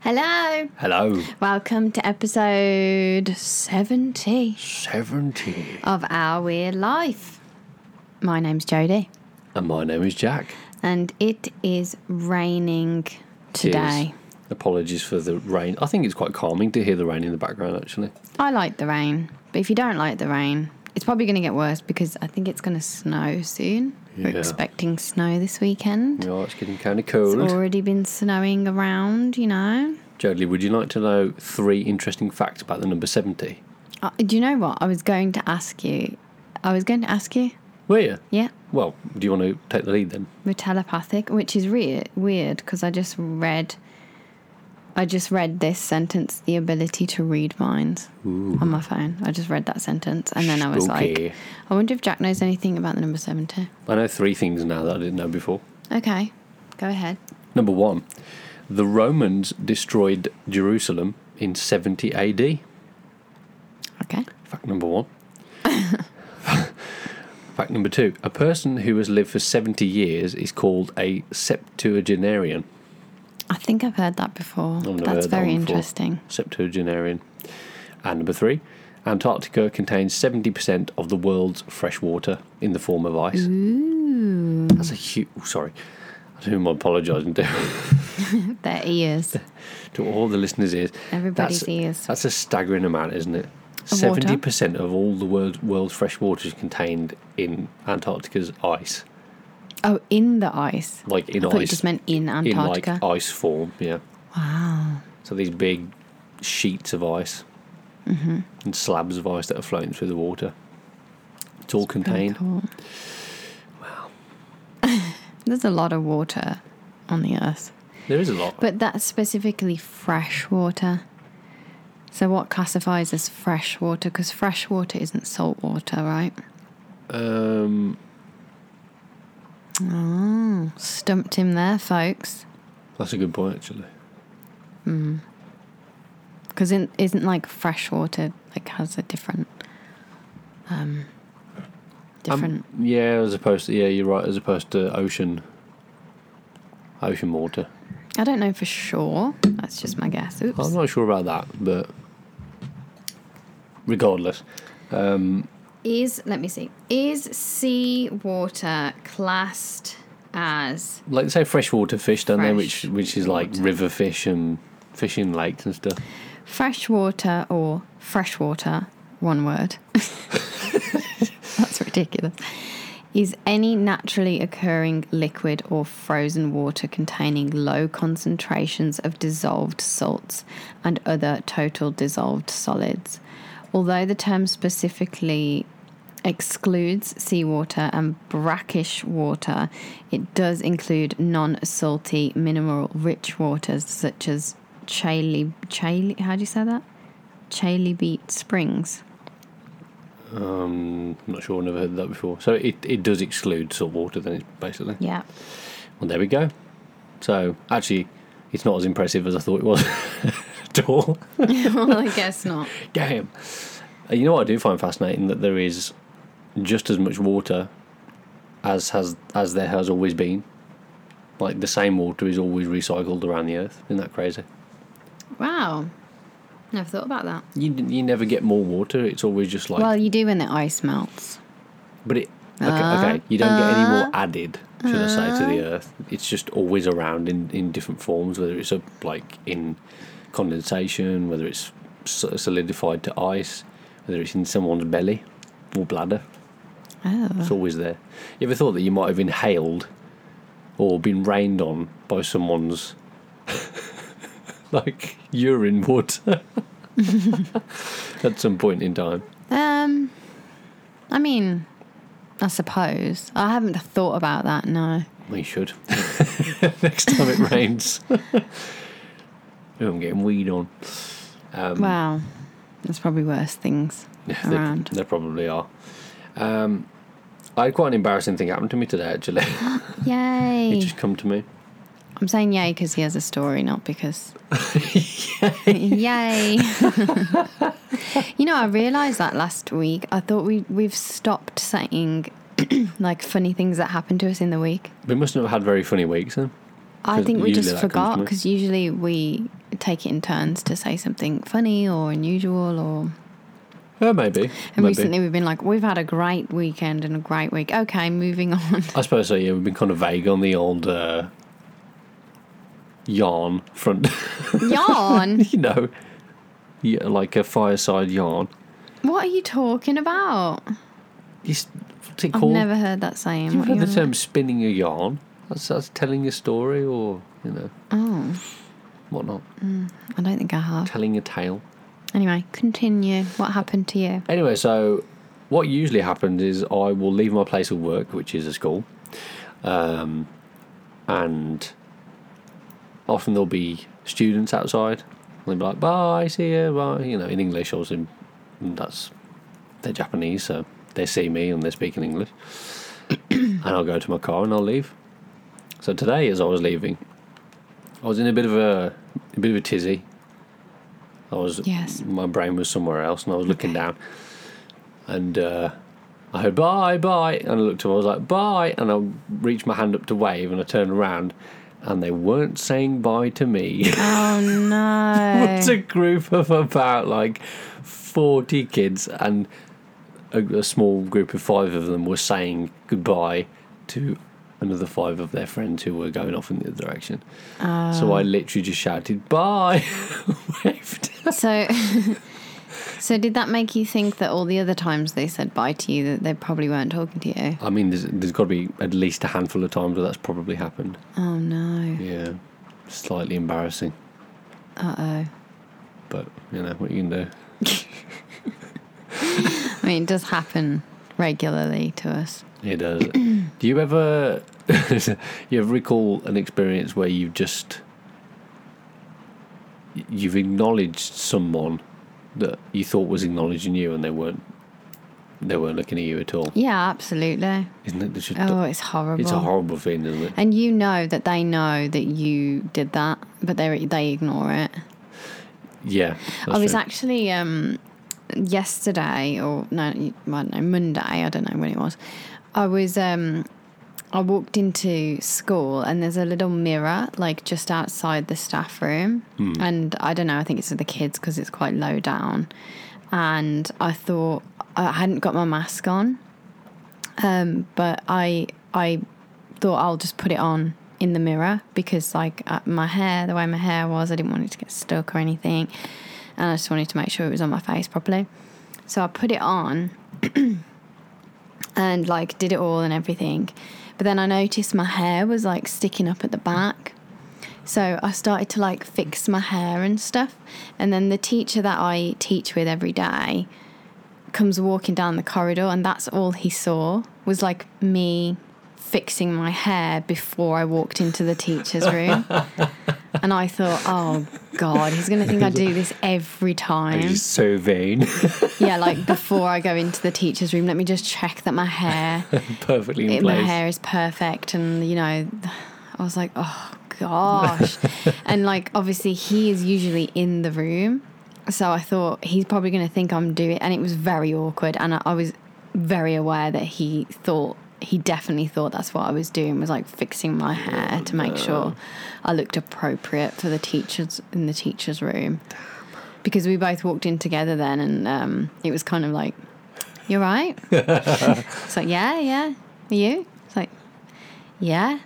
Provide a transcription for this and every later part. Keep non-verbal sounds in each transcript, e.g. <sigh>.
Hello. Hello. Welcome to episode 70 70. of Our Weird Life. My name's Jodie, And my name is Jack. and it is raining today. Cheers. Apologies for the rain. I think it's quite calming to hear the rain in the background, actually. I like the rain, but if you don't like the rain, it's probably going to get worse because I think it's going to snow soon. We're Yeah. expecting snow this weekend. You know, it's getting kind of It's cold. already been snowing around, you know. Jodie, would you like to know three interesting facts about the number 70? Uh, do you know what? I was going to ask you. I was going to ask you. Were you? Yeah. Well, do you want to take the lead then? We're telepathic, which is re- weird because I just read. I just read this sentence, the ability to read minds on my phone. I just read that sentence and then I was Spooky. like, I wonder if Jack knows anything about the number 70. I know three things now that I didn't know before. Okay, go ahead. Number one, the Romans destroyed Jerusalem in 70 AD. Okay. Fact number one. Fact number two. A person who has lived for 70 years is called a septuagenarian. I think I've heard that before. I've never heard That's that very one before. interesting. Septuagenarian. And number three. Antarctica contains 70% of the world's fresh water in the form of ice. Ooh, That's a huge. Sorry. I do am apologising to, <laughs> their ears. to all the listeners' ears. Everybody's that's, ears. That's a staggering amount, isn't it? Of water? 70% of all the world, world's fresh water is contained in Antarctica's ice. Oh, in the ice. Like in I thought you ice. just meant in in Antarctica. like ice form. Yeah. wow. So these big sheets of ice Mm-hmm. and slabs of ice that are floating through the water. It's all Pretty contained. cool. Wow. oh. <laughs> There's a lot of water on the earth, There is a lot. but that's specifically fresh water. So, what classifies as fresh water? Because fresh water isn't salt water, right? um, Oh, Stumped him there, folks. that's a good point, actually. Because isn't like fresh water like has a different, um, Um, different. yeah, as opposed to yeah, you're right. As opposed to ocean, ocean water. I don't know for sure. That's just my guess. Oops. I'm not sure about that, but regardless, Is let me see. Is seawater classed as like they say, freshwater fish, don't they? Which Fresh which is like river fish and fish in lakes and stuff. fresh water or freshwater? One word. That's ridiculous. Is any naturally occurring liquid or frozen water containing low concentrations of dissolved salts and other total dissolved solids? Although the term specifically excludes seawater and brackish water, it does include non salty mineral rich waters such as Chailey, Chailey, how do you say that? Chailey Beat Springs. Um, I'm not sure. Never heard that before. So it, it does exclude salt water. Then it's basically. Yeah. <laughs> Well, there we go. So actually, it's not as impressive as I thought it was <laughs> at all. well, I guess not. Damn. Uh, You know what I do find fascinating that there is just as much water as has as there has always been. Like the same water is always recycled around the earth. Isn't that crazy? Wow. Never thought about that. You d- you never get more water. It's always just like. Well, you do when the ice melts. But it okay, okay. You don't get any more added, should I say, to the earth. It's just always around in, in different forms, whether it's a, like in condensation, whether it's so- solidified to ice, whether it's in someone's belly or bladder. Oh. It's always there. You ever thought that you might have inhaled or been rained on by someone's <laughs> like urine water <laughs> at some point in time? Um, I mean, I suppose. I haven't thought about that, no. We should. Next time it rains. <laughs> Ooh, I'm getting weed on. Um, <laughs> wow. There's probably worse things There, around. there probably are. Um, I had quite an embarrassing thing happen to me today, actually. it Yay. just come to me. I'm saying yay because he has a story, not <laughs> because. yay. <laughs> you know, I realised that last week. I thought we, we've stopped saying <clears throat> like funny things that happened to us in the week. We must not have had very funny weeks then. I 'Cause think we usually just that comes forgot from it. because usually we take it in turns to say something funny or unusual or. Uh, maybe. And maybe. recently we've been like, we've had a great weekend and a great week. Okay, moving on. <laughs> I suppose so. Yeah, we've been kind of vague on the old uh, yarn front. <laughs> Yarn? you know, yeah, like a fireside yarn. what are you talking about? It's, what's it I've called? never heard that saying. You've What are heard you the on term "spinning a yarn." That's, that's telling a story, or you know, about? whatnot, Oh, I don't think I have. telling a tale. Anyway, continue. What happened to <laughs> you? Anyway, so what usually happens is I will leave my place of work, which is a school, um, and often there'll be students outside. And they'll be like, bye, see you, bye. You know, in English, obviously, and that's they're Japanese, so they see me and they're speaking English. <coughs> and I'll go to my car and I'll leave. So today, as I was leaving, I was in a bit of a, a bit of a tizzy. I was Yes. my brain was somewhere else, and I was looking down, and uh, I heard bye bye, and I looked up, I was like bye, and I reached my hand up to wave, and I turned around, and they weren't saying bye to me. <laughs> Oh no. it's a group of about like 40 kids and a, a small group of five of them were saying goodbye to another five of their friends who were going off in the other direction so i literally just shouted bye <laughs> waved So, <laughs> so did that make you think that all the other times they said bye to you that they probably weren't talking to you? i mean there's, there's got to be at least a handful of times where that's probably happened Oh no. yeah slightly embarrassing Uh oh. but you know what you can do I mean, it does happen regularly to us. It does. Do you ever <laughs> you ever recall an experience where you've just you've acknowledged someone that you thought was acknowledging you and they weren't they weren't looking at you at all? Yeah, absolutely. Isn't it? It's, just- Oh, it's horrible. it's a horrible thing, isn't it? And you know that they know that you did that, but they they ignore it. Yeah. I that's was true. actually um, yesterday, or no, I don't know, Monday. I don't know when it was. I was. Um, I walked into school and there's a little mirror like just outside the staff room, Hmm. and I don't know. I think it's for the kids because it's quite low down, and I thought I hadn't got my mask on, um, but I I thought I'll just put it on in the mirror because like uh, my hair, the way my hair was, I didn't want it to get stuck or anything, and I just wanted to make sure it was on my face properly. So I put it on and like did it all and everything, but then I noticed my hair was like sticking up at the back. So I started to like fix my hair and stuff, and then the teacher that I teach with every day comes walking down the corridor, and that's all he saw was like me fixing my hair before I walked into the teacher's room. and I thought, oh God, he's going to think I do this every time. He's so vain, <laughs> Yeah, like before I go into the teacher's room, let me just check that my hair, perfectly in it- my place. hair is perfect. And, you know, I was like, oh <laughs> gosh. and like, obviously, he is usually in the room. So I thought he's probably going to think I'm doing And it was very awkward. And I, I was very aware that he thought, he definitely thought that's what I was doing was like fixing my hair to make sure I looked appropriate for the teachers in the teacher's room because we both walked in together then, and um, it was kind of like, "You're right." it's like, "Yeah, yeah." Are you? It's like, "Yeah."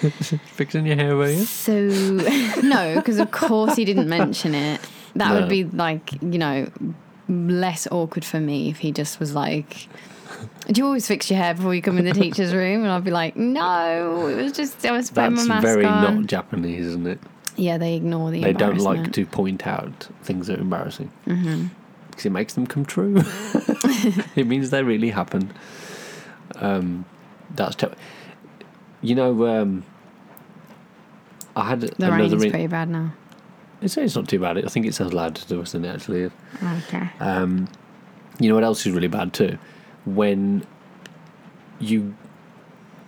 Fixing your hair, were you? So <laughs> no, because of course he didn't mention it. That No. would be like you know less awkward for me if he just was like. Do you always fix your hair before you come in the teacher's room? And I'd be like, no, it was just I was putting That's my mask very on. not Japanese, isn't it? yeah, they ignore the. They don't like embarrassment. Mm-hmm. to point out things that are embarrassing because it makes them come true. <laughs> it means they really happened. Um, that's terrible. You know, um, I had The another. rain's Re- pretty bad now. it's, it's not too bad. I think it sounds louder to us than it actually is. Okay. You know what else is really bad too? When you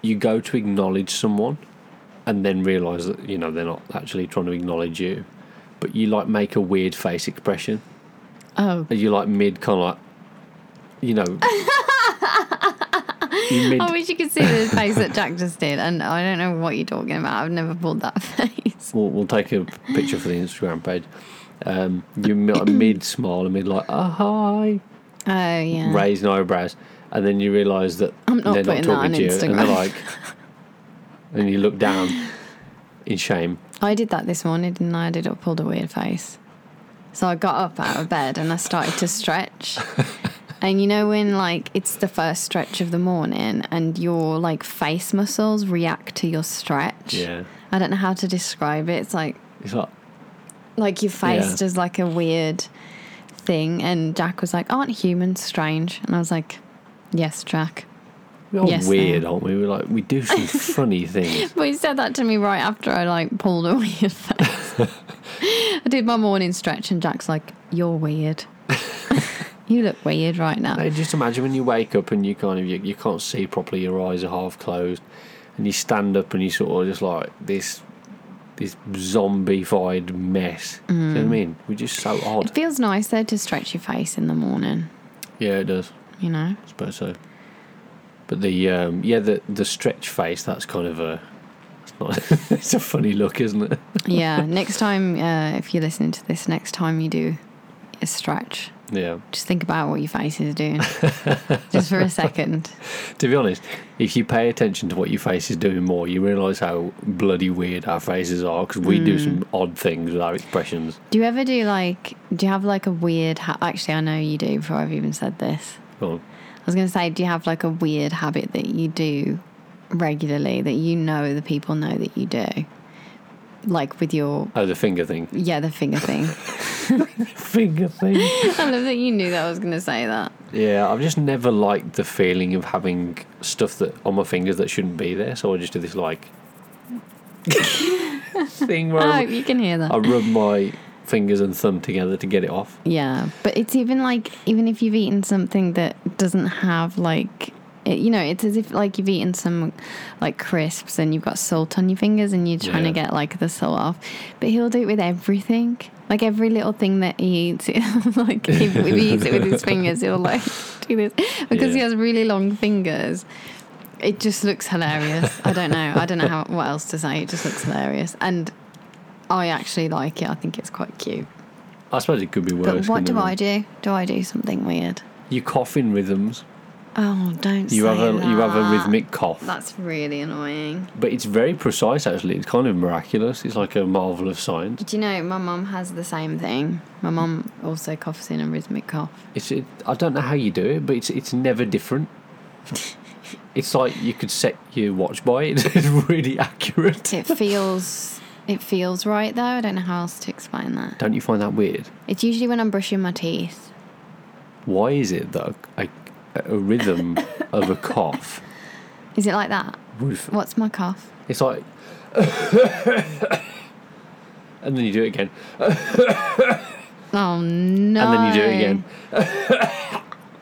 you go to acknowledge someone and then realise that you know they're not actually trying to acknowledge you, but you like make a weird face expression. oh, Are you like mid kind of like, you know, you mid, I wish you could see the face that <laughs> Jack just did, and I don't know what you're talking about. I've never pulled that face. Yes. <laughs> We'll, we'll take a picture for the Instagram page. Um, you mid smile and mid like, oh hi, Oh yeah. raised eyebrows, and then you realise that I'm not they're putting not that talking on to you, and they're Instagram. like, and you look down in shame. I did that this morning, didn't I? I did it, pulled a weird face. So I got up out of bed and I started to <laughs> stretch. and you know when like it's the first stretch of the morning and your like face muscles react to your stretch. Yeah, I don't know how to describe it. It's like it's like like your face Yeah. does like a weird thing and Jack was like, Aren't humans strange? And I was like, Yes, Jack. we are Yes, weird, they aren't we? We're like we <laughs> do some funny things. But he said that to me right after I like pulled <laughs> a weird face. I did my morning stretch and Jack's like, You're weird. <laughs> you look weird right now. Now, just imagine when you wake up and you kind of you, you can't see properly, your eyes are half closed, and you stand up and you sort of just like this this zombified mess. Do you know Mm. what I mean? We're just so It odd. feels nice though to stretch your face in the morning, Yeah, it does. you know? I suppose so. But the um, yeah the the stretch face that's kind of a it's not <laughs> it's a funny look, isn't it? Yeah. next time, uh, if you're listening to this, next time you do a stretch, Yeah. just think about what your face is doing. just for a second. To be honest, if you pay attention to what your face is doing more, you realise how bloody weird our faces are because we do some odd things with our expressions. Do you ever do like, do you have like a weird, ha- actually, I know you do before I've even said this. Well, I was going to say, do you have like a weird habit that you do regularly that you know the people know that you do? Like with your, oh, the finger thing. yeah, the finger thing. <laughs> Finger thing. I love that you knew that I was going to say that. yeah, I've just never liked the feeling of having stuff that on my fingers that shouldn't be there, so I just do this like <laughs> thing where Oh, I- you can hear that. I rub my fingers and thumb together to get it off. Yeah, but it's even like even if you've eaten something that doesn't have like it, you know, it's as if like you've eaten some like crisps and you've got salt on your fingers and you're trying Yeah. to get like the salt off. But he'll do it with everything. Like every little thing that he eats, <laughs> like if, if <laughs> he eats it with his fingers, he'll like <laughs> do this because he Yeah. has really long fingers. It just looks hilarious. I don't know. I don't know how what else to say. It just looks hilarious, and I actually like it. I think it's quite cute. I suppose it could be worse. But what couldn't do it? I do? Do I do something weird? You cough in rhythms. Oh, don't You say have a that. you have a "Ah, rhythmic cough, That's really annoying. but it's very precise. Actually, it's kind of miraculous. It's like a marvel of science. Do you know my mum has the same thing? My mum also coughs in a rhythmic cough. It's it, I don't know how you do it, but it's it's never <laughs> different. it's like you could set your watch by it. <laughs> It's really <laughs> accurate. It feels it feels right though. I don't know how else to explain that. Don't you find that weird? It's usually when I'm brushing my teeth. Why is it that a, a, a rhythm of a cough Is it like that? would What's my cough? It's like, <laughs> and then you do it again, Oh no. and then you do it again.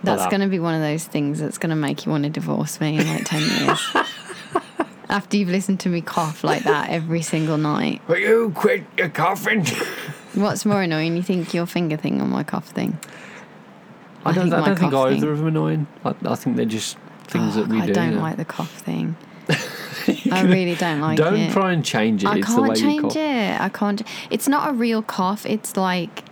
That's that. going to be one of those things that's going to make you want to divorce me in like 10 <laughs> years. After you've listened to me cough like that every single night. Will you quit your <laughs> coughing? What's more annoying? You think your finger thing or my cough thing? I don't. I, my don't think cough either thing- of them are annoying. I, I think they're just things Oh, that we I do. don't yeah. like the cough <laughs> thing. I really don't like Don't it. try and change it. I it's the way can't you change cough. it. I can't. It's not a real cough. It's like,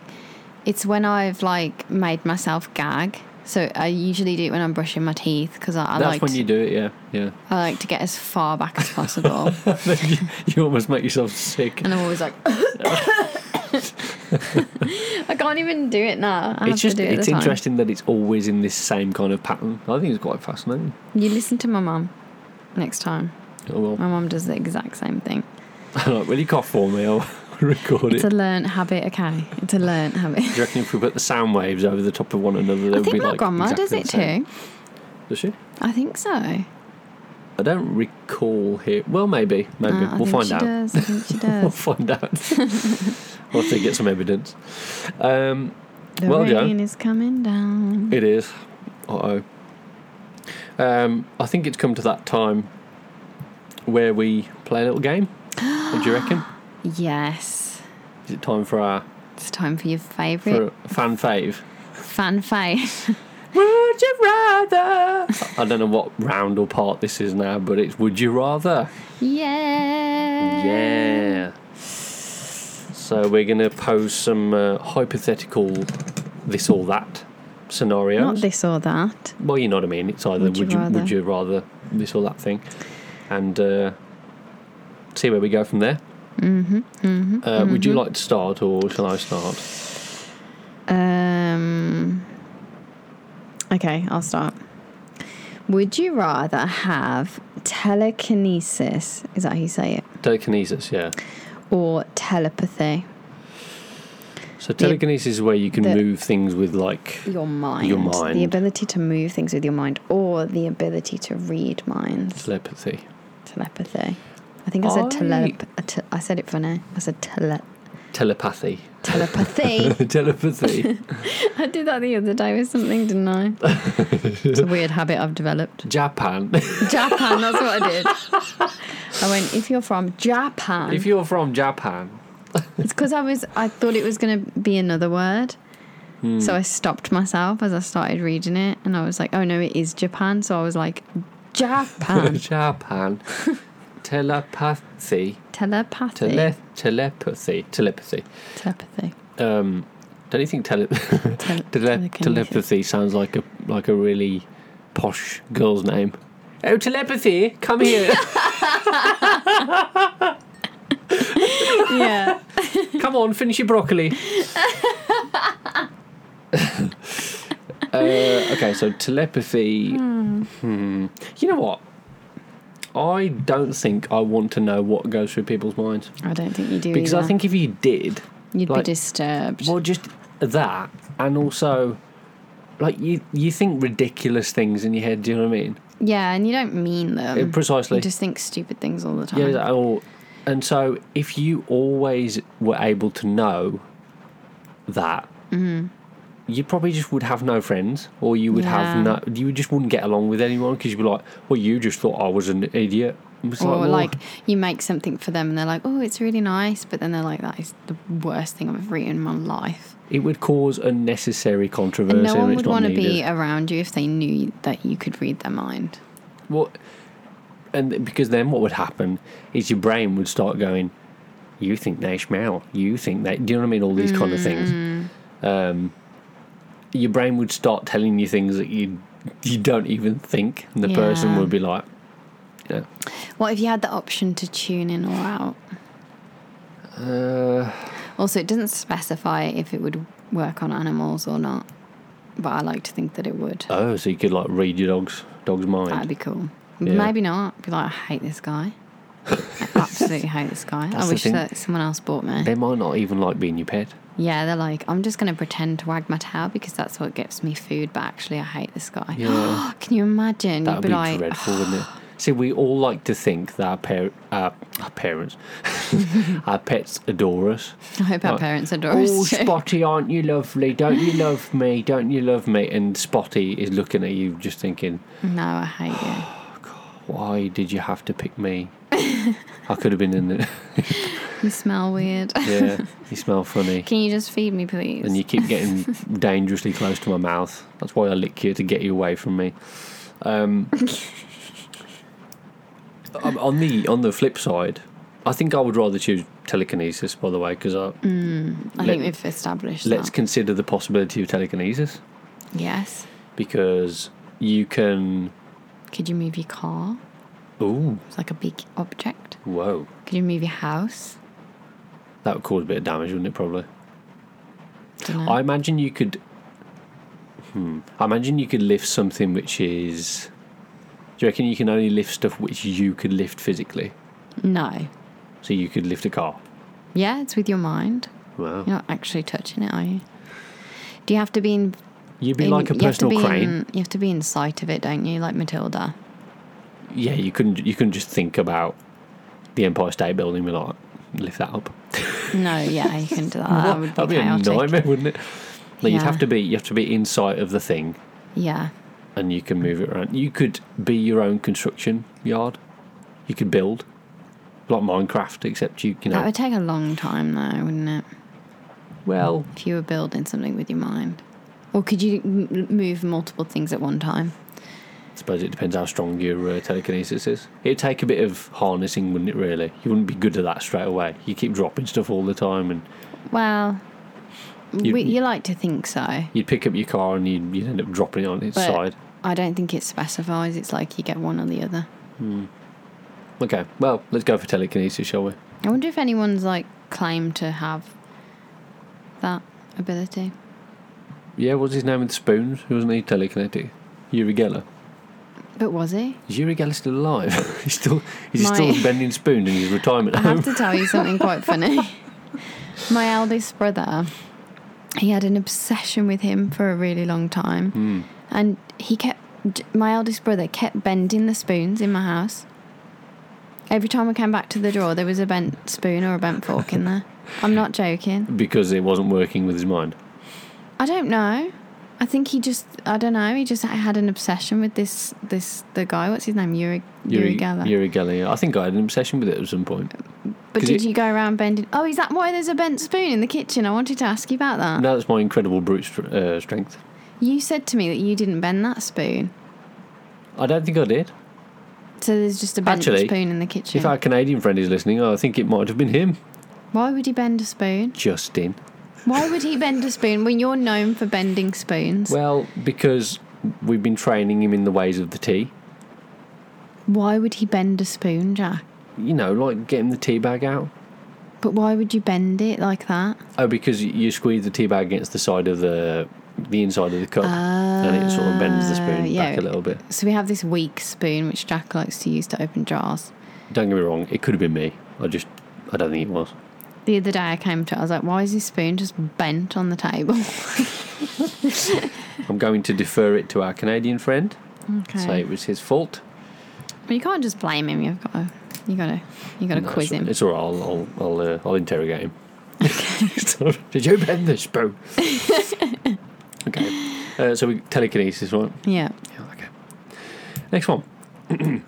it's when I've like made myself gag. So I usually do it when I'm brushing my teeth because I, I That's like when to, you do it. Yeah, <laughs> yeah. <laughs> I like to get as far back as possible. Then you, you almost make yourself sick. and I'm always like, <laughs> I can't even do it now. I have It's just to do it it's the time. interesting that it's always in this same kind of pattern. I think it's quite fascinating. You listen to my mum next time. Oh, well, <laughs> My mum does the exact same thing. like, will you cough for me? I'll <laughs> record It's it. a learnt habit, okay? It's a learnt habit. Do you reckon if we put the sound waves over the top of one another, I they'll be think my like grandma exactly does the it same? too. Does she? I think so. No, I don't recall here. Well, maybe, maybe Uh, I we'll think find she out. Does. I <laughs> think she We'll does. find out. we'll have to get some evidence. Um, The Well, Jo. rain is coming down. it is. Uh oh. Um, I think it's come to that time where we play a little game. What do you reckon? Yes, Is it time for our it's time for your for favourite a fan fave? fan <laughs> fave. Would you rather? I don't know what round or part this is now, but it's Would You Rather. yeah. Yeah. So we're going to pose some uh, hypothetical this or that scenarios. Not this or that. Well, you know what I mean. It's either Would would you you, would you, rather? rather this or that thing, and uh, see where we go from there. Mm-hmm, uh, Would you like to start, or shall I start? Um, okay, I'll start. Would you rather have telekinesis? Is that how you say it? Telekinesis, yeah. Or telepathy? So telekinesis is where you can the- move things with like Your mind. Your The mind. ability to move things with your mind or the ability to read minds. telepathy. Telepathy. I think I said I- telep. I te- I said it for now. I said tele- Telepathy. <laughs> telepathy. telepathy. I did that the other day with something, didn't I? it's a weird habit I've developed. Japan. Japan, that's what I did. I went, if you're from Japan. if you're from Japan, It's because I was I thought it was going to be another word, Hmm. Mm. <laughs> so I stopped myself as I started reading it, and I was like, "Oh no, it is Japan." So I was like, <laughs> "Japan Japan. telepathy. telepathy, Tele- telepathy. Telepathy. telepathy, Um, don't you think tele- Tele- tele- telekinesis. telepathy sounds like a like a really posh girl's name? Oh, telepathy, come <laughs> here, <laughs> yeah, come on, finish your broccoli. <laughs> uh, okay, so telepathy. Hmm. You know what? I don't think I want to know what goes through people's minds I don't think you do because either. I think if you did, you'd like- be disturbed. Well, just that, and also, like you, you think ridiculous things in your head. Do you know what I mean? yeah, and you don't mean them. Yeah, precisely. You Hmm. just think stupid things all the time. Yeah. it's like, oh, and so, if you always were able to know that, Mm-hmm. you probably just would have no friends, or you would Yeah. have no, you just wouldn't get along with anyone because you'd be like, well, you just thought I was an idiot. It's or well, like you make something for them and they're like, "Oh, it's really nice," but then they're like, "That is the worst thing I've ever eaten in my life." it would cause unnecessary controversy. no one it's would not want to needed. be around you if they knew that you could read their mind. Well, and because then what would happen is your brain would start going, "You think they smell? You think they? Do you know what I mean? All these kind of things." Um, Mm. your brain would start telling you things that you you don't even think, and the person Yeah. would be like, "Yeah, What if you had the option to tune in or out? uh, Also, it doesn't specify if it would work on animals or not, but I like to think that it would. oh, so you could like read your dog's dog's That'd mind." be cool. Yeah. Maybe not. Be like, I hate this guy. <laughs> I absolutely hate this guy. That's I the wish thing. that someone else bought me. They might not even like being your pet. yeah, they're like, I'm just going to pretend to wag my tail because that's what gets me food, but actually, I hate this guy. Yeah. <gasps> Can you imagine? You'd That would be, be, like, dreadful, <sighs> wouldn't it? See, we all like to think that our, par- our, our parents, <laughs> our pets adore us. <laughs> I hope our Like, parents adore Oh, us. <laughs> too." Spotty, aren't you lovely? Don't you love me? Don't you love me? And Spotty is looking at you, just thinking, No, I hate you. why did you have to pick me? I could have been in the. You smell weird. Yeah, you smell funny. Can you just feed me, please? And you keep getting dangerously close to my mouth. That's why I lick you to get you away from me. Um, um, on the on the flip side, I think I would rather choose telekinesis. By the way, because I let- think we've established let's that. consider the possibility of telekinesis yes. because you can. Could you move your car? Ooh, It's like a big object. whoa! Could you move your house? That would cause a bit of damage, wouldn't it? Probably. Dunno. I imagine you could. Hmm. I imagine you could lift something which is. Do you reckon you can only lift stuff which you could lift physically? no. So you could lift a car. Yeah, it's with your mind. Wow. You're not actually touching it, are you? Do you have to be in? You'd be in- like a you have to personal be crane. In, you have to be in sight of it, don't you? Like Matilda. Yeah, you couldn't. You couldn't just think about the Empire State Building. and Be like, lift that up. No, yeah, you can do that. that would be, That'd be a chaotic. nightmare, wouldn't it? No, you'd Yeah. have to be. You have to be inside of the thing, Yeah, and you can move it around. You could be your own construction yard. You could build, like Minecraft, except you, you know. that would take a long time, though, wouldn't it? well, If you were building something with your mind, or could you m- move multiple things at one time? suppose it depends how strong your uh, telekinesis is. It'd take a bit of harnessing, wouldn't it? Really, you wouldn't be good at that straight away. You keep dropping stuff all the time, and Well, You- we, you like to think so. you'd pick up your car and you'd, you'd end up dropping it on its But side. I don't think it specifies. It's like you get one or the other. Okay, well, let's go for telekinesis, shall we? I wonder if anyone's like claimed to have that ability. Yeah, what's his name with the spoons? Who wasn't he telekinetic? Yuri Geller. But was he? Is Yuri Geller still alive? <laughs> he's still he's My- still bending spoons in his retirement I have to home. tell you something quite funny. My eldest brother, he had an obsession with him for a really long time, and he kept. My eldest brother kept bending the spoons in my house. Every time I came back to the drawer, there was a bent spoon or a bent fork in there. I'm not joking. Because it wasn't working with his mind. I don't know. I think he just I don't know, he just had an obsession with this this the guy, what's his name? Yuri Yuri, Geller. Yuri Geller. yeah. I think I had an obsession with it at some point. but 'cause did it- you go around bending Oh, is that why there's a bent spoon in the kitchen? I wanted to ask you about that. Now that's my incredible brute str- uh, strength. You said to me that you didn't bend that spoon. I don't think I did. So there's just a bent Actually, spoon in the kitchen. If our Canadian friend is listening, I think it might have been him, Why would he bend a spoon? Justin. Why would he bend a spoon when you're known for bending spoons? Well, because we've been training him in the ways of the tea. why would he bend a spoon, Jack? You know, like getting the tea bag out. But why would you bend it like that? Oh, because you- you squeeze the tea bag against the side of the the inside of the cup, and it sort of bends the spoon Ah, yeah. back a little bit. So we have this weak spoon which Jack likes to use to open jars. Don't get me wrong; it could have been me. I just, I don't think it was. The other day I came to it, I was like, why is this spoon just bent on the <laughs> table? I'm going to defer it to our Canadian friend. Okay. Say it was his fault. But you can't just blame him, you've got to you gotta you gotta No, quiz it's- him. It's all right. I'll, I'll, I'll, uh, I'll interrogate him. <laughs> Did you bend <laughs> the spoon? okay. Uh, so we telekinesis, right? yeah. Yeah, okay. Next one. <clears throat>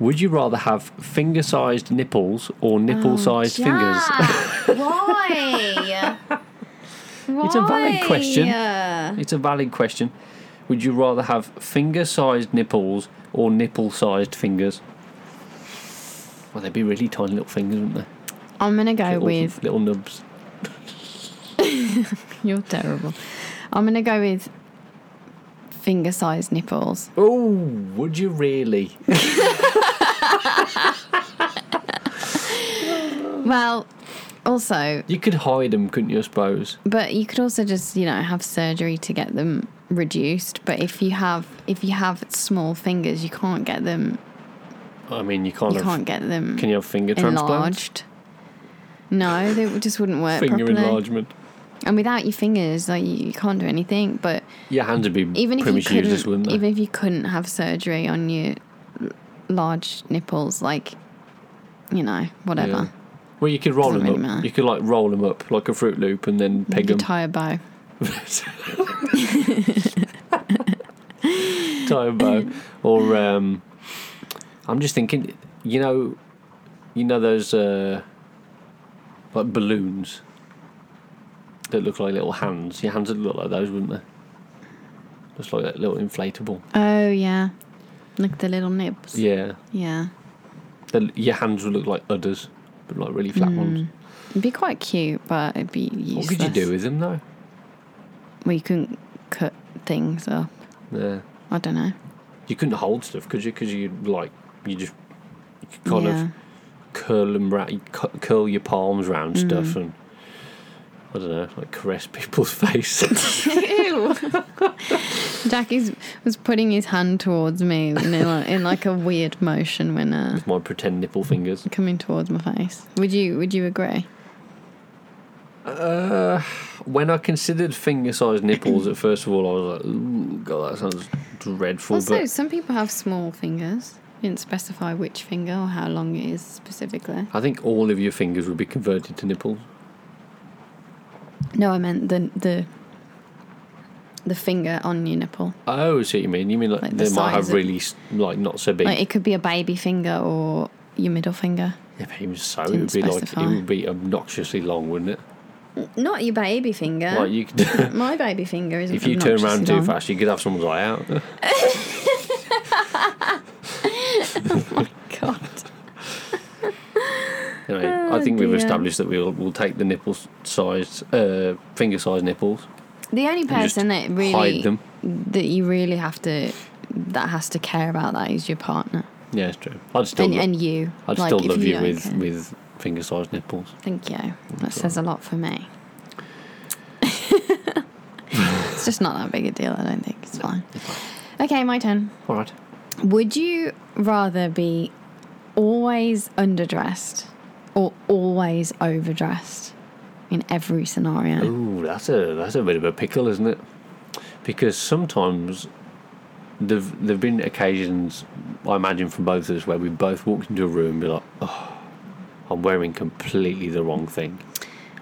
Would you rather have finger sized nipples Oh, or nipple sized fingers? <laughs> Why? It's a <laughs> valid question. It's a valid question. Would you rather have finger sized nipples or nipple sized fingers? Well, they'd be really tiny little fingers, wouldn't they? I'm gonna go Little, Oh, with little nubs. you're terrible. I'm gonna go with finger sized nipples. Oh, would you really? Well, also you could hide them, couldn't you, I suppose? But you could also just, you know, have surgery to get them reduced. But if you have if you have small fingers, you can't get them. I mean, you can't You have. can't get them Can you have finger transplants? enlarged. No, they w- just wouldn't work Finger properly. enlargement. And without your fingers, like you, you can't do anything. But Your hands would be even if pretty you much useless, couldn't, wouldn't they? even if you couldn't have surgery on your l- large nipples, like you know, whatever, Well, you could roll Doesn't them really up. matter. You could like roll them up like a Fruit Loop and then you peg could them. tie a bow. tie <laughs> a bow. Or um, I'm just thinking, you know, you know those uh, like balloons that look like little hands. Your hands would look like those, wouldn't they? Just like that little inflatable. Oh yeah, like the little nibs. Yeah, yeah. the, your hands would look like udders, but like really Hmm, flat ones. It'd be quite cute, but it'd be useless. What could you do with them though? Well, you couldn't cut things up. Yeah. I don't know. you couldn't hold stuff because you because you like you just you could kind Yeah. <laughs> of curl them ra- you cu- curl your palms round stuff Hmm. and I don't know like caress <laughs> people's face. Ew. Jack is, was putting his hand towards me in, a, like- in like a weird motion when uh, My pretend nipple fingers. coming towards my face. Would you Would you agree? Uh, When I considered finger sized nipples at first of all, I was like, Ooh, God, that sounds dreadful. Also, but some people have small fingers. Didn't specify which finger or how long it is specifically. I think all of your fingers would be converted to nipples. No, I meant the the the finger on your nipple. Oh, I see what you mean. You mean like, Like the they might size have of- really s like not so big. Like it could be a baby finger or your middle finger. yeah, but even so, it Didn't would be specify. like it would be obnoxiously long, wouldn't it? Not your baby finger. Like <laughs> you could. <laughs> My baby finger is. <laughs> <laughs> If you turn around too fast, you could have someone's eye out. Oh <laughs> I think we've Oh dear. established that we'll we'll take the nipple size, uh, finger size nipples. The only just person that hide really them. that you really have to that has to care about that is your partner Yeah, it's true. I'd still and, lo- and you. I'd still if love you don't with care. with finger size nipples. Thank you. That says a lot for <laughs> me. it's just not that big a deal. I don't think it's fine. Okay, my turn. All right. Would you rather be always underdressed or always overdressed in every scenario? Ooh, that's a that's a bit of a pickle, isn't it? Because sometimes there've there've been occasions I imagine from both of us where we both walked into a room and be like, oh, I'm wearing completely the wrong thing,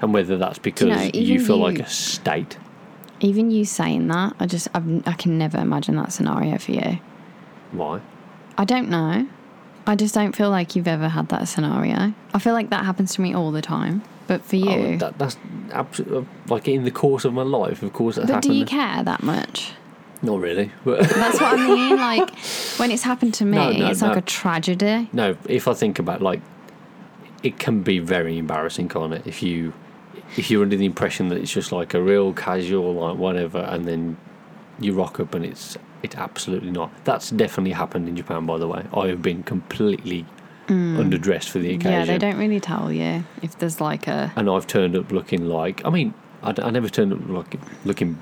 and whether that's because you, even feel you- like a state. Even you saying that, I just I've, I can never imagine that scenario for you. Why? I don't know. I just don't feel like you've ever had that scenario. I feel like that happens to me all the time, but for you, Oh, that, that's absolutely like in the course of my life. Of course, that's but do happened. you care that much? Not really, but <laughs> That's what I mean. Like when it's happened to me, No, no, it's like no. a tragedy. no. If I think about like, it can be very embarrassing, can't it? If you if you're under the impression that it's just like a real casual, like whatever, and then you rock up and it's it's absolutely not. That's definitely happened in Japan, by the way. I have been completely underdressed for the occasion. Mm. Yeah, they don't really tell you if there's like a and I've turned up looking like I mean I, d- I never turned up like looking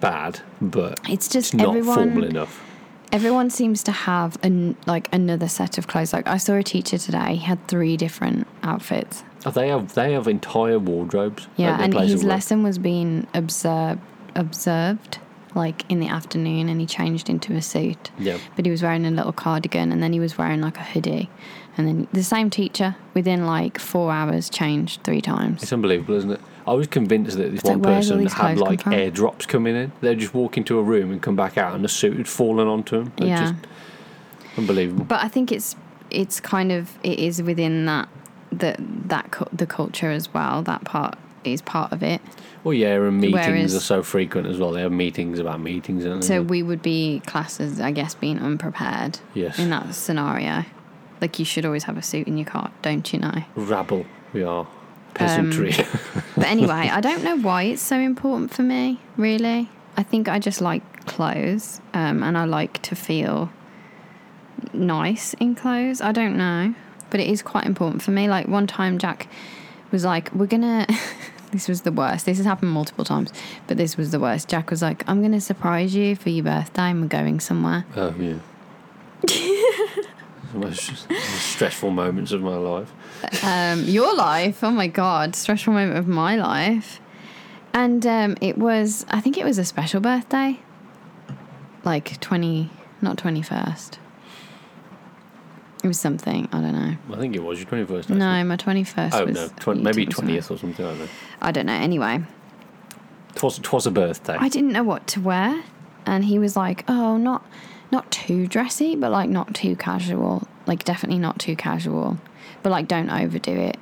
bad, but It's just not everyone- formal enough. everyone seems to have an like another set of clothes. Like I saw a teacher today; he had three different outfits. Oh, they have they have entire wardrobes. at Yeah, their and place his of work. lesson was being observed, observed like in the afternoon, and he changed into a suit. Yeah. But he was wearing a little cardigan, and then he was wearing like a hoodie, and then the same teacher within like four hours changed three times. It's unbelievable, isn't it? I was convinced that this like, one where's all person these had clothes come like from? airdrops coming in. They'd just walk into a room and come back out, and the suit had fallen onto them. They're Yeah. just unbelievable. But I think it's it's kind of it is within that that that cu- the culture as well. That part is part of it. Well, yeah, and meetings Whereas- are so frequent as well. They have meetings about meetings, and So we would be classed as, I guess, being unprepared Yes. in that scenario. Like you should always have a suit in your car, don't you know? rabble we are peasantry. But anyway, I don't know why it's so important for me, really. I think I just like clothes um, and I like to feel nice in clothes. I don't know, but it is quite important for me. Like one time, Jack was like, We're gonna. <laughs> this was the worst. This has happened multiple times, but this was the worst. Jack was like, I'm gonna surprise you for your birthday and we're going somewhere. <laughs> Oh yeah. the most stressful moments of my life. um, your life. Oh my god, stressful moment of my life. And um, it was, I think it was a special birthday, like twenty, not twenty first. It was something I don't know. I think it was your twenty first. No, my twenty first. Oh was no, twen- maybe it was- twentieth or something. I don't know. I don't know. Anyway, Twas twas a birthday. I didn't know what to wear, and he was like, "Oh, not not too dressy, but like not too casual. Like definitely not too casual, but like don't overdo it."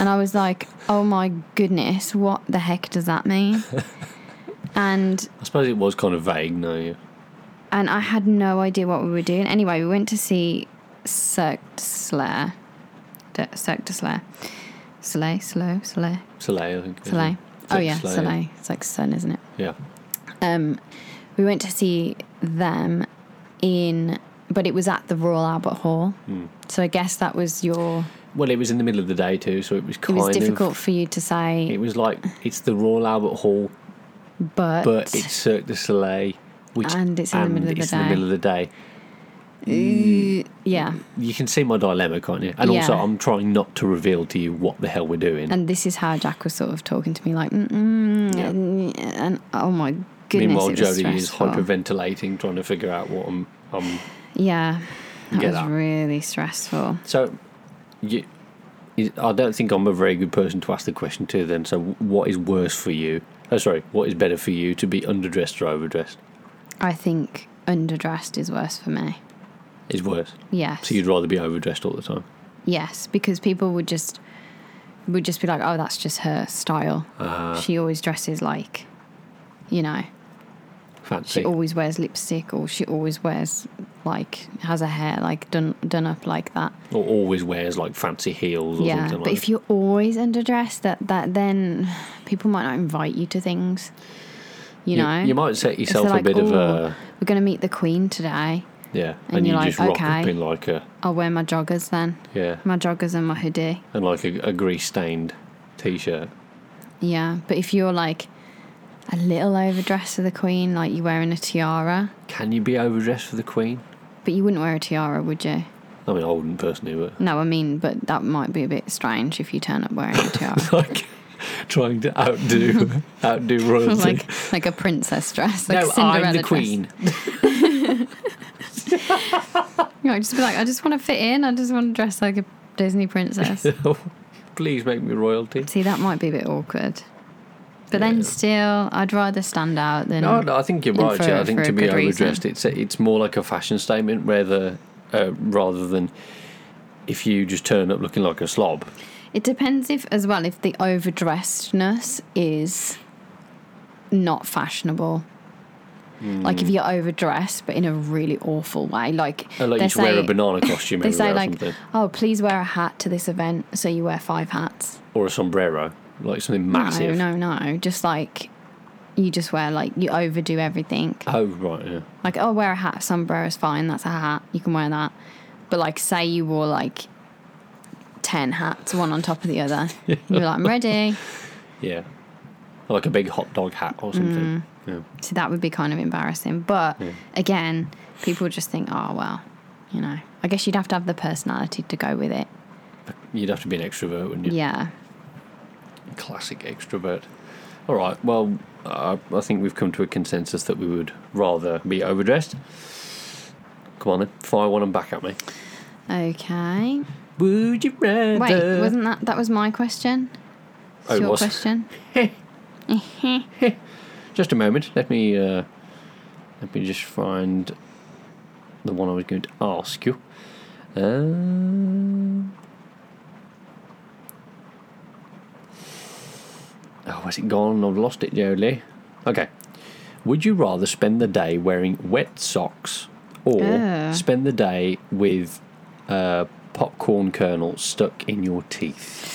And I was like, "Oh my goodness, what the heck does that <laughs> mean?" and I suppose it was kind of vague. No, yeah. and I had no idea what we were doing. Anyway, we went to see Cirque du Soleil. Du- Cirque du Soleil. Soleil, Soleil, Soleil, Soleil. I think. isn't Soleil. it? Is Oh it yeah, Soleil? Soleil. It's like sun, isn't it? Yeah. um, we went to see them in, but it was at the Royal Albert Hall. Hmm. So I guess that was your. Well, it was in the middle of the day too, so it was It kind was of. difficult for you to It say, was like it's the Royal Albert Hall, but, but it's Cirque du Soleil, which And it's in the and middle of the it's in day. middle of the day. yeah. You can see my dilemma, can't you? And also, Yeah. I'm trying not to reveal to you what the hell we're doing. And this is how Jack was sort of talking to me, like, mm Yeah. mm and oh my goodness, Meanwhile, it was Jodie is stressful. hyperventilating, trying to figure out what I'm. I'm Yeah, that Get was up. really stressful. so, you, is- I don't think I'm a very good person to ask the question to. Then, so what is worse for you? Oh, sorry, what is better for you to be underdressed or overdressed? I think underdressed is worse for me. Is worse. Yes. So you'd rather be overdressed all the time. Yes, because people would just would just be like, "Oh, that's just her style. Uh-huh. she always dresses like, you know, Fancy. she always wears lipstick, or she always wears like has a hair like done done up like that. Or always wears like fancy heels or yeah, something but like if you're always underdressed, that that then people might not invite you to things. You You- know, you might set If they're yourself a bit of a- We're going to meet the Queen today. Yeah. And you you're just like, rock up okay. in like a I'll wear my joggers then. yeah. My joggers and my hoodie. And like a, a grease stained t shirt. Yeah, but if you're like a little overdressed for the Queen, like you're wearing a tiara, Can you be overdressed for the Queen? but you wouldn't wear a tiara, would you? I mean I wouldn't personally but No, I mean, but that might be a bit strange if you turn up wearing a <laughs> tiara. <laughs> like trying to outdo outdo royalty. like like a princess dress, like no, a Cinderella I'm the dress. Queen. You know, just be like, I just want to fit in. I just want to dress like a Disney princess. <laughs> Please make me royalty. See, that might be a bit awkward. But then Yeah. still, I'd rather stand out than. No, no, I think you're and right. for- yeah, I think for a to be good reason. overdressed, it's it's more like a fashion statement rather uh, rather than if you just turn up looking like a slob. It depends if, as well, if the overdressedness is not fashionable. Hmm. Like if you're overdressed, but in a really awful way, like, Uh, Like they you should wear a say- <laughs> banana costume They say everywhere or like, something, "Oh, please wear a hat to this event," so you wear five hats. or a sombrero, like something massive. No, no, no. Just like you just wear like you overdo everything. Oh right, yeah. Like, oh, wear a hat, sombrero is fine. That's a hat. You can wear that. But like, say you wore like ten hats, one on top of the <laughs> other. You're like, I'm ready. yeah, Or like a big hot dog hat or Mm. something. Yeah. So that would be kind of embarrassing. But again, people just think, oh well, you know. I guess you'd have to have the personality to go with it. You'd have to be an extrovert, wouldn't you? Yeah. Classic extrovert. All right. Well, uh, I think we've come to a consensus that we would rather be overdressed. Come on then, fire one and back at me. <laughs> Okay. Would you rather? Wait, wasn't that that was my question? Oh, it your was. question. Just a moment. Let me uh, let me just find the one I was going to ask you. Um, oh, where's it gone? I've lost it, Jodie. Okay. Would you rather spend the day wearing wet socks or Ugh. spend the day with uh, popcorn kernel stuck in your teeth?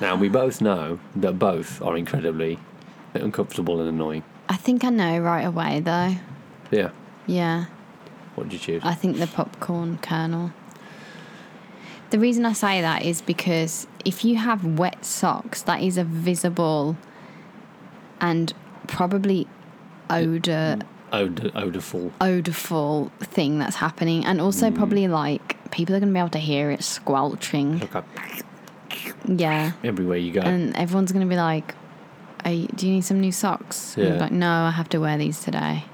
Now, we both know that both are incredibly uncomfortable and annoying. I think I know right away though. Yeah. Yeah. What did you choose? I think the popcorn kernel. The reason I say that is because if you have wet socks, that is a visible and probably odor Odor, odorful. odorful thing that's happening and also probably like people are going to be able to hear it squelching. Okay. Yeah. Everywhere you go. And everyone's going to be like, Are you, "Do you need some new socks?" And you're Yeah. like, "No, I have to wear these today."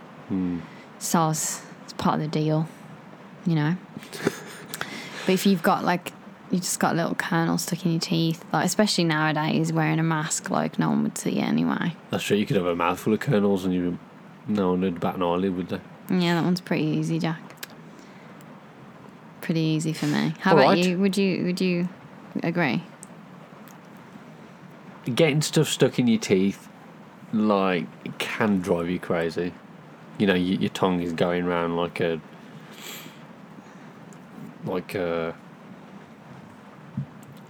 SARS, it's part of the deal, you know. but if you've got like, you just got little kernels stuck in your teeth, like especially nowadays, wearing a mask, like no one would see it anyway. That's true. You could have a mouthful of kernels and you, no one would bat an eyelid, would they? Yeah, that one's pretty easy, Jack. Pretty easy for me. How All about right. you? Would you would you agree? Getting stuff stuck in your teeth, like, it can drive you crazy. You know, y your tongue is going round like a, like a,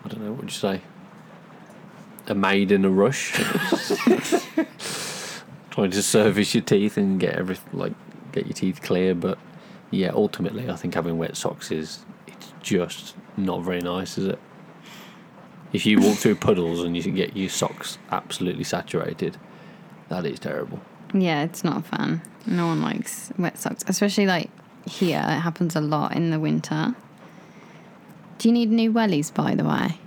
I don't know, what would you say? A maid in a rush. <laughs> Trying to service your teeth and get everything, like, get your teeth clear. But yeah, ultimately, I think having wet socks is, it's just not very nice, is it? If you walk through puddles and you get your socks absolutely saturated, that is terrible. Yeah, it's not fun. No one likes wet socks, especially like here. It happens a lot in the winter. Do you need new wellies, by the way?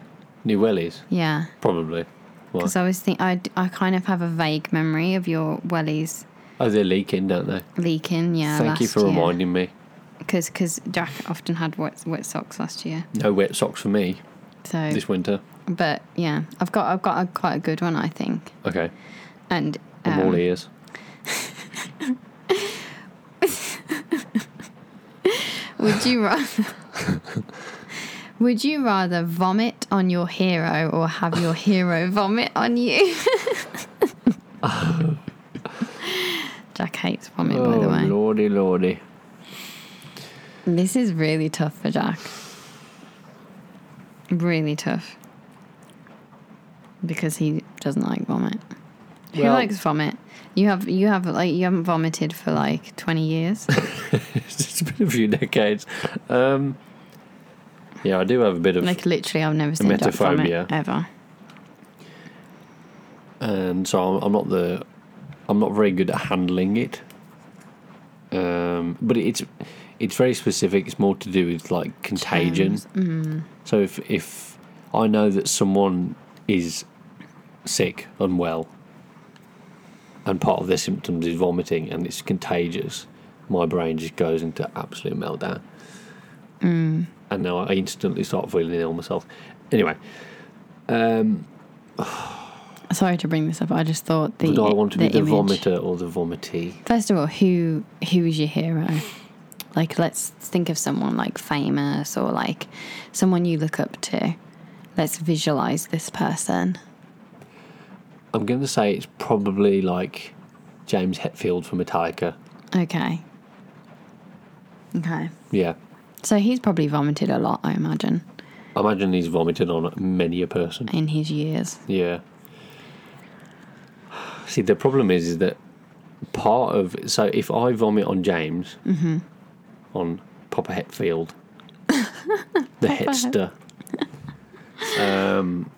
New wellies, Yeah, probably. Why? because I always think I, d- I kind of have a vague memory of your wellies Oh, they're leaking, don't they? leaking. Yeah, Thank you for reminding me. Because Jack often had wet wet socks last year. No wet socks for me So, this winter. but yeah, I've got I've got a, quite a good one, I think. Okay, And I'm all um, ears. <laughs> Would you <laughs> rather? would you rather vomit on your hero or have your hero <laughs> vomit on <laughs> you? Jack hates vomit, by the oh, way. lordy, lordy. This is really tough for Jack. Really tough. Because he doesn't like vomit. Who Well- likes vomit? You have you have like you haven't vomited for like twenty <laughs> years. <laughs> it's been a few decades. Um, yeah, I do have a bit of, like literally, I've never seen Jack vomit metaphobia. ever. and Um, so I'm, I'm not the, I'm not very good at handling it. Um, but it's, it's very specific. It's more to do with like contagion. Germs. Mm. So if if I know that someone is sick, unwell, and part of their symptoms is vomiting and it's contagious, my brain just goes into absolute meltdown. Mm. And now I instantly start feeling ill myself. Anyway, Sorry to bring this up. I just thought the do I want to be the image- vomiter or the vomitee? First of all, who who is your hero? Like, let's think of someone like famous or like someone you look up to. Let's visualize this person. I'm going to say it's probably like James Hetfield from Metallica. Okay. Okay. Yeah. So he's probably vomited a lot, I imagine, I imagine he's vomited on many a person. in his years. Yeah. See, the problem is, is that part of so if I vomit on James, Mm-hmm. on Papa <laughs> Hetfield, the Hetster, um,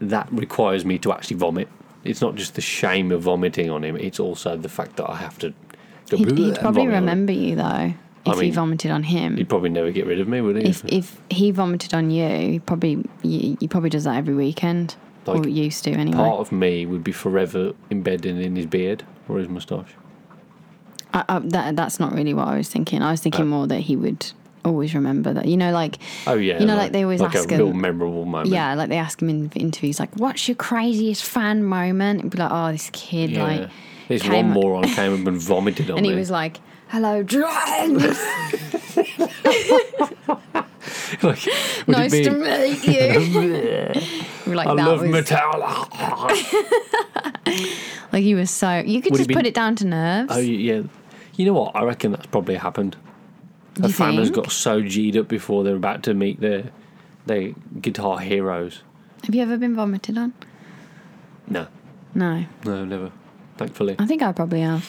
that requires me to actually vomit. It's not just the shame of vomiting on him; it's also the fact that I have to. go He'd, "Bleh," he'd and probably <laughs> vomit on him. remember you though if he mean, vomited on him. He'd probably never get rid of me, would he? if if he vomited on you, he probably you, he probably does that every weekend Like, or used to anyway. Part of me would be forever embedded in his beard or his moustache. I, I, that that's not really what I was thinking. I was thinking more that he would always remember that. You know, like Oh yeah, You know, like they always like ask a real him- memorable moment. yeah, like they ask him in interviews, like, "What's your craziest fan moment?" It'd be like, "Oh, this kid, like," this came- one moron came up and vomited on and me. he <laughs> was like, "Hello, James. like, would nice it be, to meet <laughs> you." We're like I that love was Metallica. like you were so you could Would it just be- put it down to nerves. <laughs> oh yeah, you know what? I reckon that's probably happened. The You fan has think? got so g'd up before they're about to meet their their guitar heroes. Have you ever been vomited on? No, No, no, never. Thankfully, I think I probably have.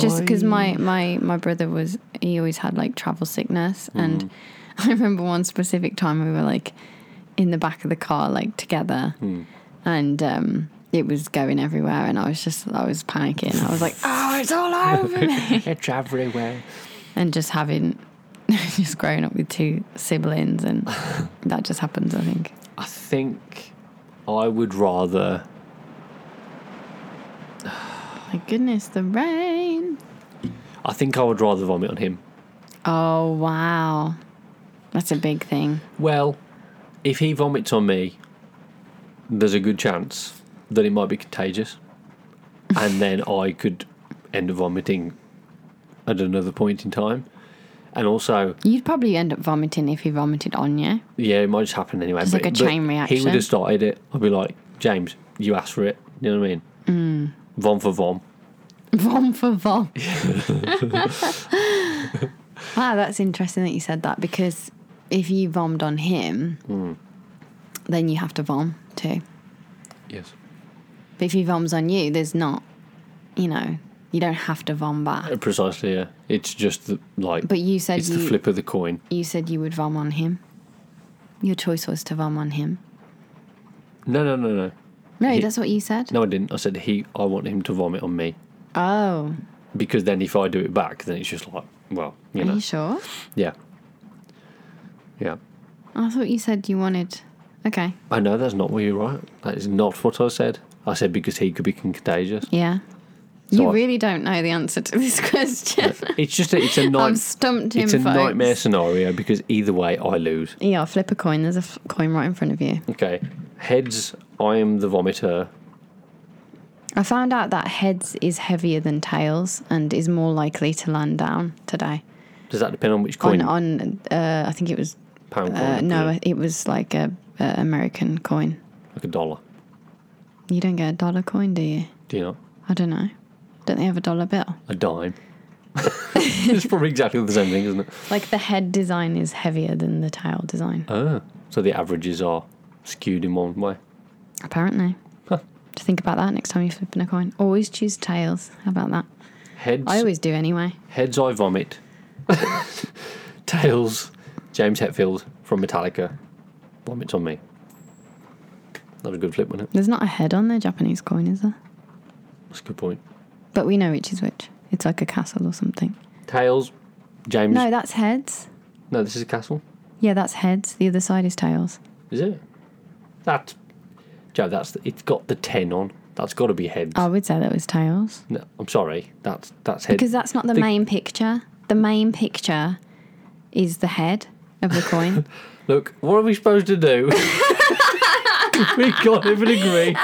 just because my, my my brother was he always had like travel sickness and <laughs> i remember one specific time we were like in the back of the car like together and um it was going everywhere and i was just i was panicking i was like <laughs> oh it's all over <laughs> me it's everywhere. and just having <laughs> just growing up with two siblings and that just happens i think I think I would rather. my goodness the rain I think I would rather vomit on him. oh wow that's a big thing Well, if he vomits on me, there's a good chance that it might be <laughs> contagious. And then I could end up vomiting at another point in time. And also, you'd probably end up vomiting if he vomited on you <laughs> yeah, it might just happen anyway. It's like a chain He would reaction. have started it. I'd be like, James, you asked for it. You know what I mean? Mm. Vom for vom. Vom for <laughs> vom. wow, that's interesting that you said that because if you vommed on him, Hmm. then you have to vom too. Yes. But if he voms on you, there's not, you know, you don't have to vom back. Precisely, yeah. It's just the, like, But you said it's the you, flip of the coin. you said you would vom on him. Your choice was to vom on him. No, no, no, no. No, He- that's what you said. No, I didn't. I said he. I want him to vomit on me. Oh, because then if I do it back, then it's just like, well, you are know, you sure? yeah, yeah. I thought you said you wanted. Okay. I know that's not what you're right. That is not what I said. I said because he could <laughs> be contagious. Yeah. So you I- really don't know the answer to this <laughs> question. It's just a, it's a I've night, stumped him. it's a folks. nightmare scenario because either way I lose. Yeah, flip a coin. There's a f- coin right in front of you. Okay, heads. I am the vomiter. I found out that heads is heavier than tails and is more likely to land down today. Does that depend on which On coin? on, uh, I think it was pound coin. uh, I no, presume. it was like a, a American coin. like a dollar. You don't get a dollar coin, do you? Do you not? I don't know. Don't they have a dollar bill? A dime. <laughs> it's probably exactly the same thing, isn't it? Like the head design is heavier than the tail design, Ah, so the averages are skewed in one way. apparently. To think about that next time you're flipping a coin. Always choose tails. How about that? Heads, I always do anyway. heads, I vomit. <laughs> Tails, James Hetfield from Metallica, vomits on me. That was a good flip, wasn't it? There's not a head on the Japanese coin, is there? That's a good point. But we know which is which. It's like a castle or something. Tails, James. No, No, that's heads. this is a castle. Yeah, that's heads. The other side is tails. Is it? That, Joe. That's the, it's got the ten on. That's got to be heads. I would say that was tails No, I'm sorry. That's that's heads. because that's not the, The- main picture. The main picture is the head of the coin. Look, what are we supposed to do? <laughs> we can't even agree.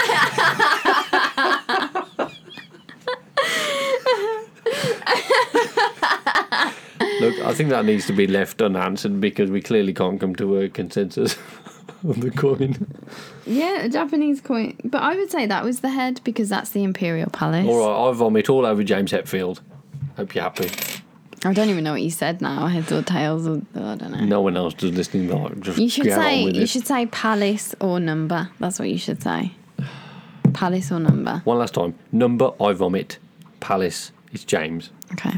Look, I think that needs to be left unanswered because we clearly can't come to a consensus <laughs> on the coin. <laughs> yeah, a Japanese coin. But I would say that was the head because that's the imperial palace. All right, I vomit all over James Hetfield. Hope you're happy. I don't even know what you said now. Heads or tails or I don't know. No one else does listening. Like, just You should get say on with you it. should say palace or number. That's what you should say. Palace or number. One last time. Number, I vomit. Palace, it's James. Okay.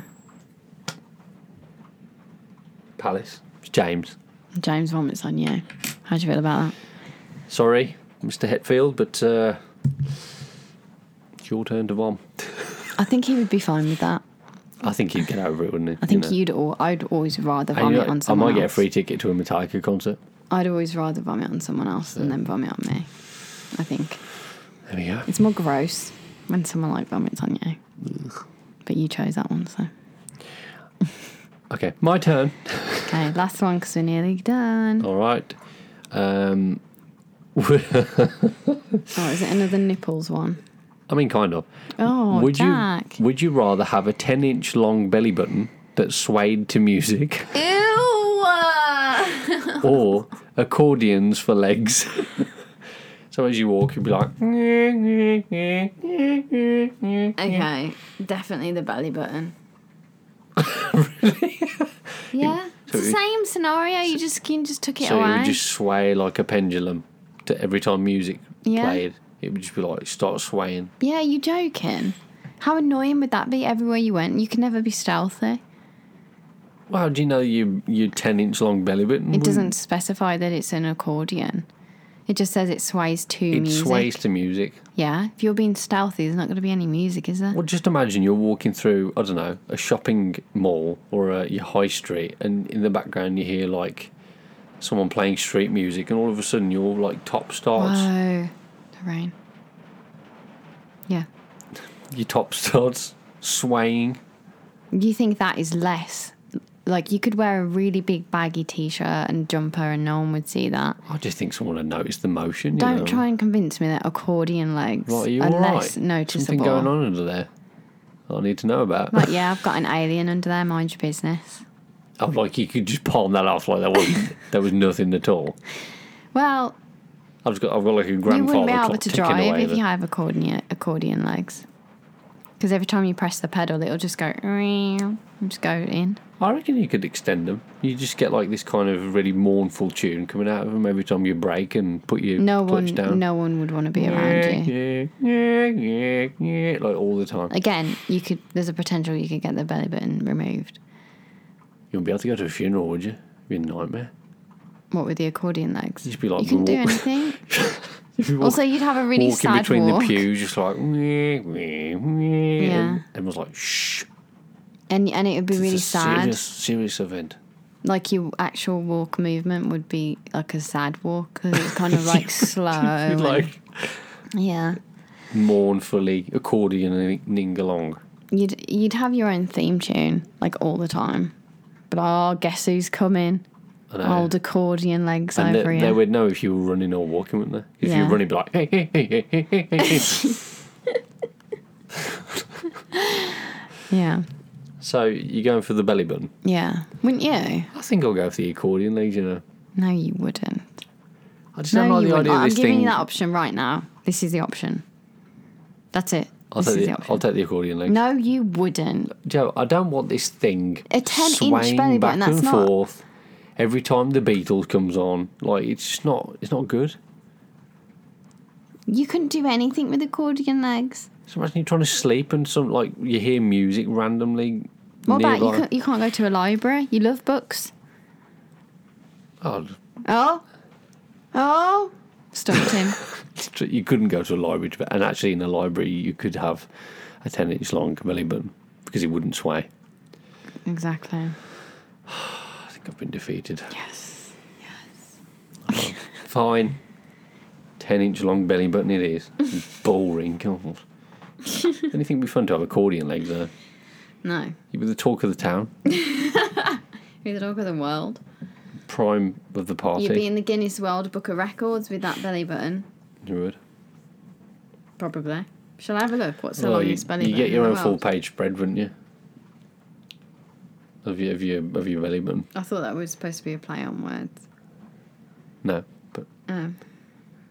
Palace, it's James. James vomits on you. How do you feel about that? Sorry, Mr. Hetfield, but uh, it's your turn to bomb. I think he would be fine with that. I think he'd get over it, wouldn't he? I think you'd or I'd always rather vomit on I someone might get a else. free ticket to a Metallica concert. I'd always rather vomit on someone else than them vomit on me. I think There we go. it's more gross when someone like vomits on you. But you chose that one, so Okay, my turn. okay. Last one because we're nearly done. All right. Um, <laughs> Oh, is it another nipples one? I mean, kind of. Oh, would Jack. you would you rather have a ten inch long belly button that swayed <laughs> to music, Ew. or accordions for legs? <laughs> so as you walk, you'd be like, Okay, definitely the belly <laughs> button. really? Yeah, it's the so it- same scenario. You just you just took it So it away. would just sway like a pendulum to every time music Yeah. played. It would just be like start swaying. Yeah, you joking? How annoying would that be? Everywhere you went, you could never be stealthy. Well, how do you know your your ten inch long belly button? It wouldn't- doesn't specify that it's an accordion. It just says it sways to It music. sways to music. Yeah, if you're being stealthy, there's not going to be any music, is there? Well, just imagine you're walking through I don't know a shopping mall or a, your high street, and in the background you hear like someone playing street music, and all of a sudden your like top starts. Whoa, the rain. Yeah. Your top <laughs> starts swaying. Do you think that is less? Like you could wear a really big baggy t-shirt and jumper, and no one would see that. I just think someone would notice the motion. You Don't know? try and convince me that accordion legs Right, are you are all right? less noticeable. Something going on under there. I need to know about. Like yeah, I've got an alien under there. Mind your business. I'm like, you could just palm that off like <laughs> that was there was nothing at all. Well, I've just got I've got like a you grandfather wouldn't be able clock to ticking drive away. if that- you have accordion accordion legs. Because every time you press the pedal, it'll just go and just go in. I reckon you could extend them. You just get like this kind of really mournful tune coming out of them every time you brake and put your No clutch one, down. no one would want to be yeah, around you. yeah, yeah, yeah, yeah, like all the time. Again, you could. There's a potential you could get the belly button removed. you wouldn't be able to go to a funeral, would you? It'd be a nightmare. What with the accordion legs? You'd be like, you couldn't do <laughs> walk- anything. If you <laughs> walk- also, you'd have a really walking sad between walk, the pews, just like yeah. Yeah. Everyone's like, shh. and and it would be really it's a sad. Serious, serious event. Like your actual walk movement would be like a sad walk because it's kind of <laughs> like slow. and- like yeah, mournfully accordioning along. you'd you'd have your own theme tune like all the time. But oh, guess who's coming? I know. Old accordion legs and over they, they here. would know if you were running or walking, wouldn't they? If you Yeah. were running, be like, <laughs> hey, hey, hey, hey, hey, hey, hey. yeah, so you're going for the belly button. yeah. Wouldn't you? I think I'll go for the accordion legs, you know. No, you wouldn't. I just No, don't like you the wouldn't. idea of I'm this giving thing. you that option right now. This is the option. That's it. I'll This take is the, the option. I'll take the accordion leg. No, you wouldn't. Joe, I don't want this thing A 10 inch swaying belly back button, that's and not- forth every time the Beatles comes on. Like it's just not it's not good. You couldn't do anything with accordion legs. So imagine you're trying to sleep and some like you hear music randomly. What nearby. about you? Can't, you can't go to a library. You love books. Oh, Oh, oh, stumped <laughs> him. you couldn't go to a library, to- and actually in a library you could have a ten-inch long belly button because it wouldn't sway. exactly. I think I've been defeated. Yes. <laughs> Fine, ten-inch long belly button <laughs> it is. Boring. God. Anything would be fun to have accordion legs though. No. You were the talk of the town, You're the dog of the world. prime of the party. You'd be in the Guinness World Book of Records with that belly button, You would. probably. Shall I have a look? What's the Well, you, longest belly you button? get your in own the full world? page spread, wouldn't you? Of your of your of your belly button. I thought that was supposed to be a play on <laughs> words. No, but Um,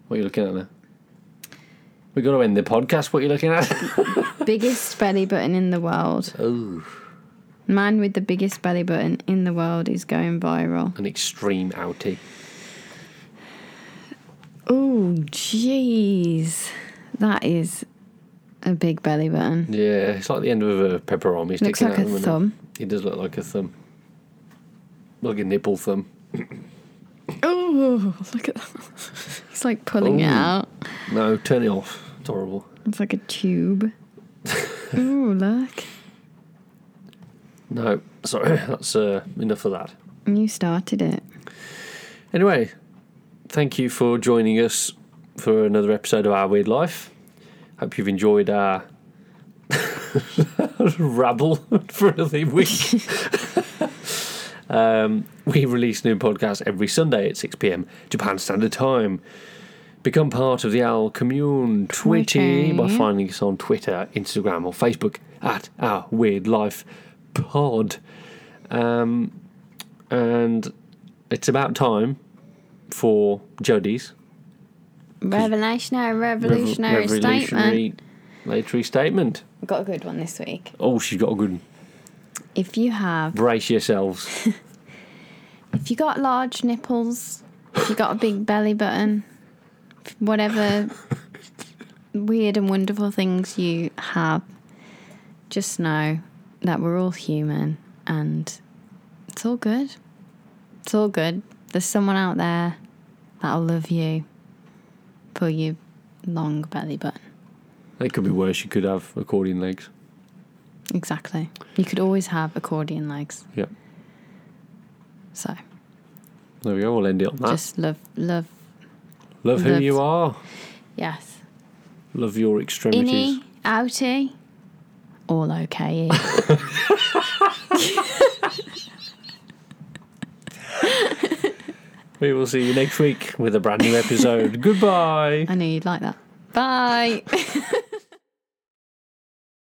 what are you looking at there? We got to end the podcast. What are you looking at? biggest belly button in the world. oh, Man with the biggest belly button in the world is going viral. an extreme outie. Oh, jeez. That is a big belly button. Yeah, it's like the end of a pepperoni sticking Looks like out a of them, isn't it? thumb. It does look like a thumb, like a nipple thumb. Oh, look at that. <laughs> He's like pulling Ooh. it out. No, turn it off. It's horrible. It's like a tube. Ooh, look. No, sorry, <coughs> that's uh, enough of that. You started it. Anyway, thank you for joining us for another episode of Our Weird Life. Hope you've enjoyed our <laughs> rabble <laughs> for another week. um, we release new podcasts every Sunday at 6 pm Japan Standard Time. Become part of the Owl Commune Twitty. Twitty by finding us on Twitter, Instagram, or Facebook at Our Weird Life Pod. Um, and it's about time for Jodie's Revolutionary, revolutionary, statement. revolutionary statement. Got a good one this week. Oh, she's got a good one. If you have, brace yourselves. if you got large nipples, if you got a big belly button, whatever weird and wonderful things you have, just know that we're all human and it's all good. It's all good. There's someone out there that'll love you for your long belly button. they could be worse. You could have accordion legs. Exactly. You could always have accordion legs. Yep. So There we go. We'll end it on that. just love, love. love who love- you are. Yes. Love your extremities. Innie, outie, all okay. We will see you <laughs> next week with a brand new episode. Goodbye. I knew you'd like that. Bye.